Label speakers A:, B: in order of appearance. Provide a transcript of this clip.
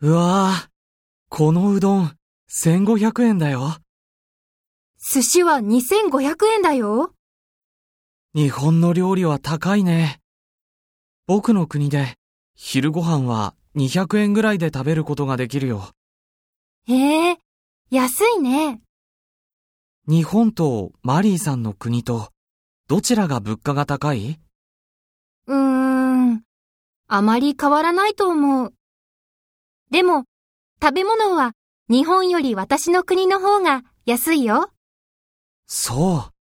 A: うわぁ、このうどん、1500円だよ。
B: 寿司は2500円だよ。
A: 日本の料理は高いね。僕の国で、昼ご飯は200円ぐらいで食べることができるよ。
B: へえ、安いね。
A: 日本とマリーさんの国と、どちらが物価が高いう
B: ーん、あまり変わらないと思う。でも、食べ物は日本より私の国の方が安いよ。
A: そう。